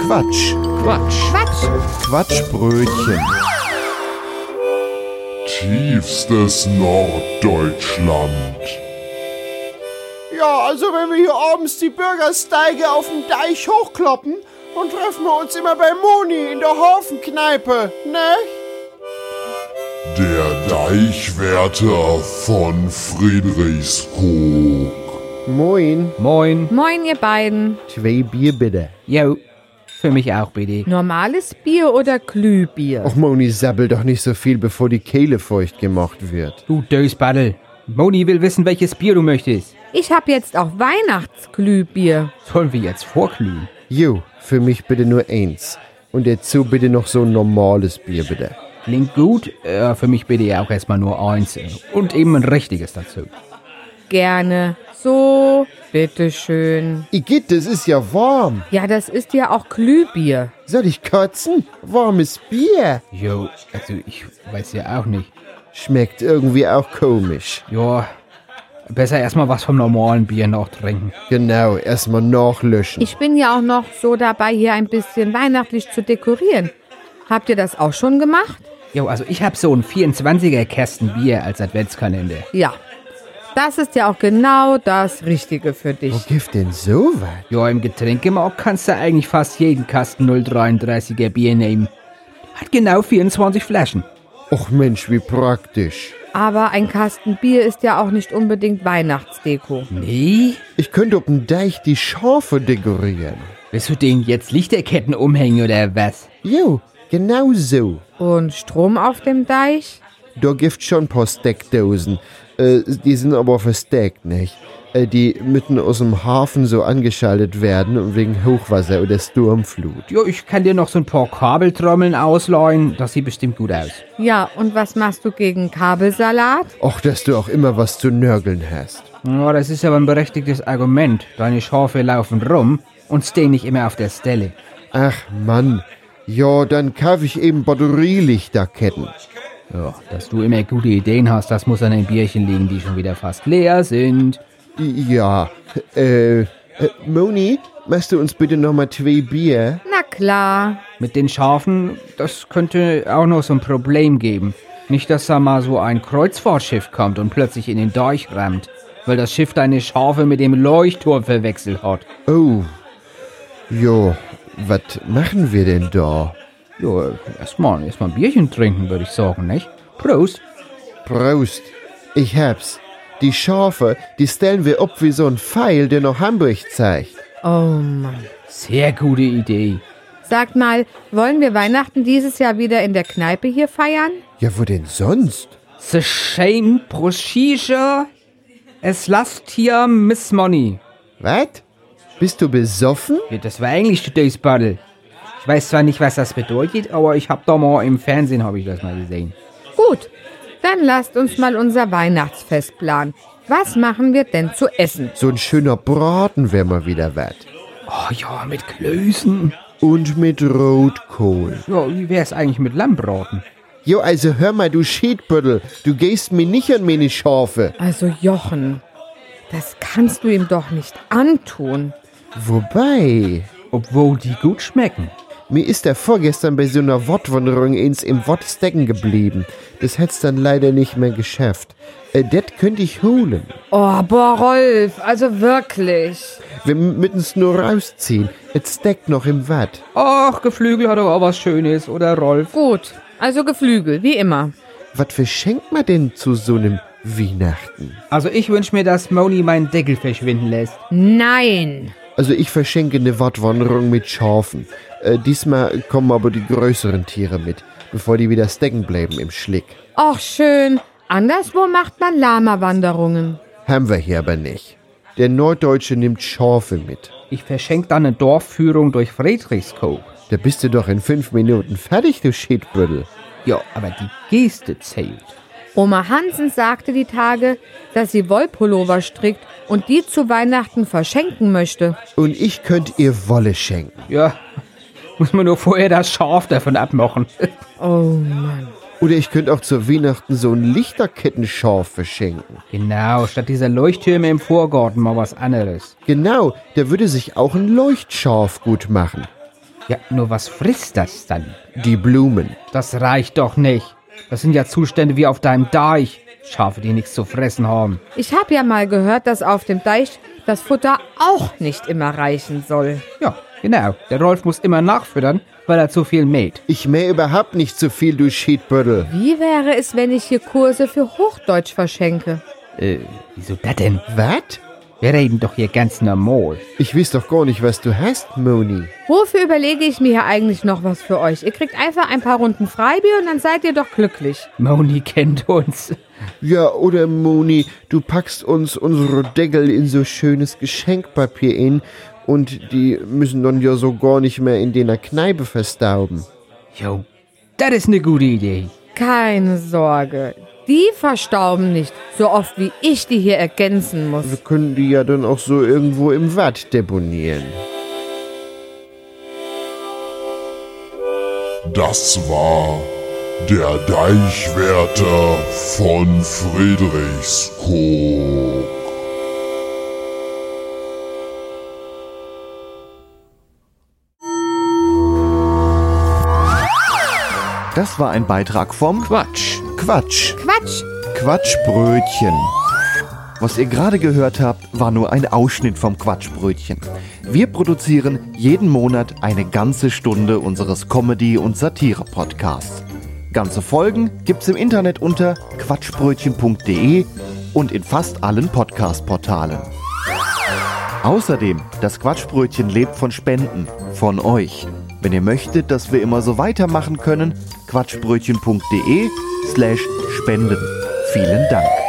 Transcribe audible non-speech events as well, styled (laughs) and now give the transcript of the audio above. Quatsch. Quatsch. Quatsch. Quatschbrötchen. Tiefstes Norddeutschland. Ja, also wenn wir hier abends die Bürgersteige auf dem Deich hochkloppen, dann treffen wir uns immer bei Moni in der Hafenkneipe, ne? Der Deichwärter von Friedrichskoog. Moin, Moin. Moin, ihr beiden. zwei Bier bitte. Jo. Für mich auch, bitte. Normales Bier oder Glühbier? Och Moni, sabbel doch nicht so viel, bevor die Kehle feucht gemacht wird. Du Dösbaddel. Moni will wissen, welches Bier du möchtest. Ich hab jetzt auch Weihnachtsglühbier. Sollen wir jetzt vorglühen? Jo, für mich bitte nur eins. Und dazu bitte noch so ein normales Bier bitte. Klingt gut. Äh, für mich bitte ja auch erstmal nur eins. äh, Und eben ein richtiges dazu. Gerne. So, bitteschön. Igitt, es ist ja warm. Ja, das ist ja auch Glühbier. Soll ich kotzen? Warmes Bier. Jo, also ich weiß ja auch nicht. Schmeckt irgendwie auch komisch. Jo, besser erstmal was vom normalen Bier noch trinken. Genau, erstmal nachlöschen. Ich bin ja auch noch so dabei, hier ein bisschen weihnachtlich zu dekorieren. Habt ihr das auch schon gemacht? Jo, also ich hab so ein 24er Kästen Bier als Adventskalender. Ja. Das ist ja auch genau das Richtige für dich. Wo gibt denn sowas? Ja, im Getränkemarkt kannst du eigentlich fast jeden Kasten 033er Bier nehmen. Hat genau 24 Flaschen. Och Mensch, wie praktisch. Aber ein Kasten Bier ist ja auch nicht unbedingt Weihnachtsdeko. Nee? Ich könnte auf dem Deich die Schafe dekorieren. Willst du denen jetzt Lichterketten umhängen oder was? Jo, genau so. Und Strom auf dem Deich? Da gibt schon ein paar Steckdosen. Äh, die sind aber versteckt, nicht? Äh, die mitten aus dem Hafen so angeschaltet werden und wegen Hochwasser oder Sturmflut. Jo, ich kann dir noch so ein paar Kabeltrommeln ausleihen. Das sieht bestimmt gut aus. Ja, und was machst du gegen Kabelsalat? Och, dass du auch immer was zu nörgeln hast. Ja, das ist aber ein berechtigtes Argument. Deine Schafe laufen rum und stehen nicht immer auf der Stelle. Ach Mann. Ja, dann kaufe ich eben Batterielichterketten. Ja, dass du immer gute Ideen hast, das muss an den Bierchen liegen, die schon wieder fast leer sind. Ja, äh, äh, Moni, machst du uns bitte nochmal zwei Bier? Na klar. Mit den Schafen, das könnte auch noch so ein Problem geben. Nicht, dass da mal so ein Kreuzfahrtschiff kommt und plötzlich in den Deich rammt, weil das Schiff deine Schafe mit dem Leuchtturm verwechselt hat. Oh. Jo, was machen wir denn da? Ja, erstmal, erstmal ein Bierchen trinken, würde ich sagen, nicht? Prost! Prost. Ich hab's. Die Schafe, die stellen wir ab wie so ein Pfeil, der nach Hamburg zeigt. Oh Mann. Sehr gute Idee. Sag mal, wollen wir Weihnachten dieses Jahr wieder in der Kneipe hier feiern? Ja, wo denn sonst? The Shane Proschische, es lasst hier Miss Money. Was? Bist du besoffen? Ja, das war Englisch Today's Battle. Ich weiß zwar nicht, was das bedeutet, aber ich hab da mal im Fernsehen, habe ich das mal gesehen. Gut, dann lasst uns mal unser Weihnachtsfest planen. Was machen wir denn zu essen? So ein schöner Braten wär mal wieder was. Oh ja, mit Klößen. Und mit Rotkohl. Ja, wie wär's eigentlich mit Lammbraten? Jo, also hör mal, du Schädbüttel, du gehst mir nicht an meine Schafe. Also Jochen, das kannst du ihm doch nicht antun. Wobei, Obwohl die gut schmecken. mir ist er vorgestern bei so einer Wortwanderung ins im Wort stecken geblieben. Das hat's dann leider nicht mehr geschafft. Äh, das könnte ich holen. Oh, boah, Rolf, also wirklich. Wir müssen's nur rausziehen. Es steckt noch im Watt. Ach, Geflügel hat aber auch was Schönes, oder Rolf? Gut, also Geflügel, wie immer. Was verschenkt man denn zu so einem Weihnachten? Also ich wünsch mir, dass Moni meinen Deckel verschwinden lässt. Nein. Also ich verschenke eine Wattwanderung mit Schafen. Äh, diesmal kommen aber die größeren Tiere mit, bevor die wieder stecken bleiben im Schlick. Och, schön. Anderswo macht man Lama-Wanderungen. Haben wir hier aber nicht. Der Norddeutsche nimmt Schafe mit. Ich verschenk dann eine Dorfführung durch Friedrichskoog. Da bist du doch in fünf Minuten fertig, du Schädbüttel. Ja, aber die Geste zählt. Oma Hansen sagte die Tage, dass sie Wollpullover strickt und die zu Weihnachten verschenken möchte. Und ich könnt ihr Wolle schenken. Ja, (laughs) muss man nur vorher das Schaf davon abmachen. (laughs) Oh Mann. Oder ich könnt auch zu Weihnachten so ein Lichterkettenschaf verschenken. Genau, statt dieser Leuchttürme im Vorgarten mal was anderes. Genau, der würde sich auch ein Leuchtschaf gut machen. Ja, nur was frisst das dann? Die Blumen. Das reicht doch nicht. Das sind ja Zustände wie auf deinem Deich. Schafe, die nichts zu fressen haben. Ich habe ja mal gehört, dass auf dem Deich das Futter auch nicht immer reichen soll. Ja, genau. Der Rolf muss immer nachfüttern, weil er zu viel mäht. Ich mähe überhaupt nicht so viel, du Schiedbüttel. Wie wäre es, wenn ich hier Kurse für Hochdeutsch verschenke? Äh, wieso das denn? Was? Wir reden doch hier ganz normal. Ich weiß doch gar nicht, was du hast, Moni. Wofür überlege ich mir hier eigentlich noch was für euch? Ihr kriegt einfach ein paar Runden Freibier und dann seid ihr doch glücklich. Moni kennt uns. Ja, oder Moni, du packst uns unsere Deckel in so schönes Geschenkpapier in und die müssen dann ja so gar nicht mehr in der Kneipe verstauben. Jo, das ist eine gute Idee. Keine Sorge. Die verstauben nicht, so oft wie ich die hier ergänzen muss. Wir können die ja dann auch so irgendwo im Watt deponieren. Das war der Deichwärter von Friedrichskoog. Das war ein Beitrag vom Quatsch. Quatsch. Quatsch! Quatschbrötchen. Was ihr gerade gehört habt, war nur ein Ausschnitt vom Quatschbrötchen. Wir produzieren jeden Monat eine ganze Stunde unseres Comedy- und Satire-Podcasts. Ganze Folgen gibt's im Internet unter quatschbrötchen.de und in fast allen Podcast-Portalen. Außerdem, das Quatschbrötchen lebt von Spenden, von euch. Wenn ihr möchtet, dass wir immer so weitermachen können, quatschbrötchen.de slash spenden. Vielen Dank.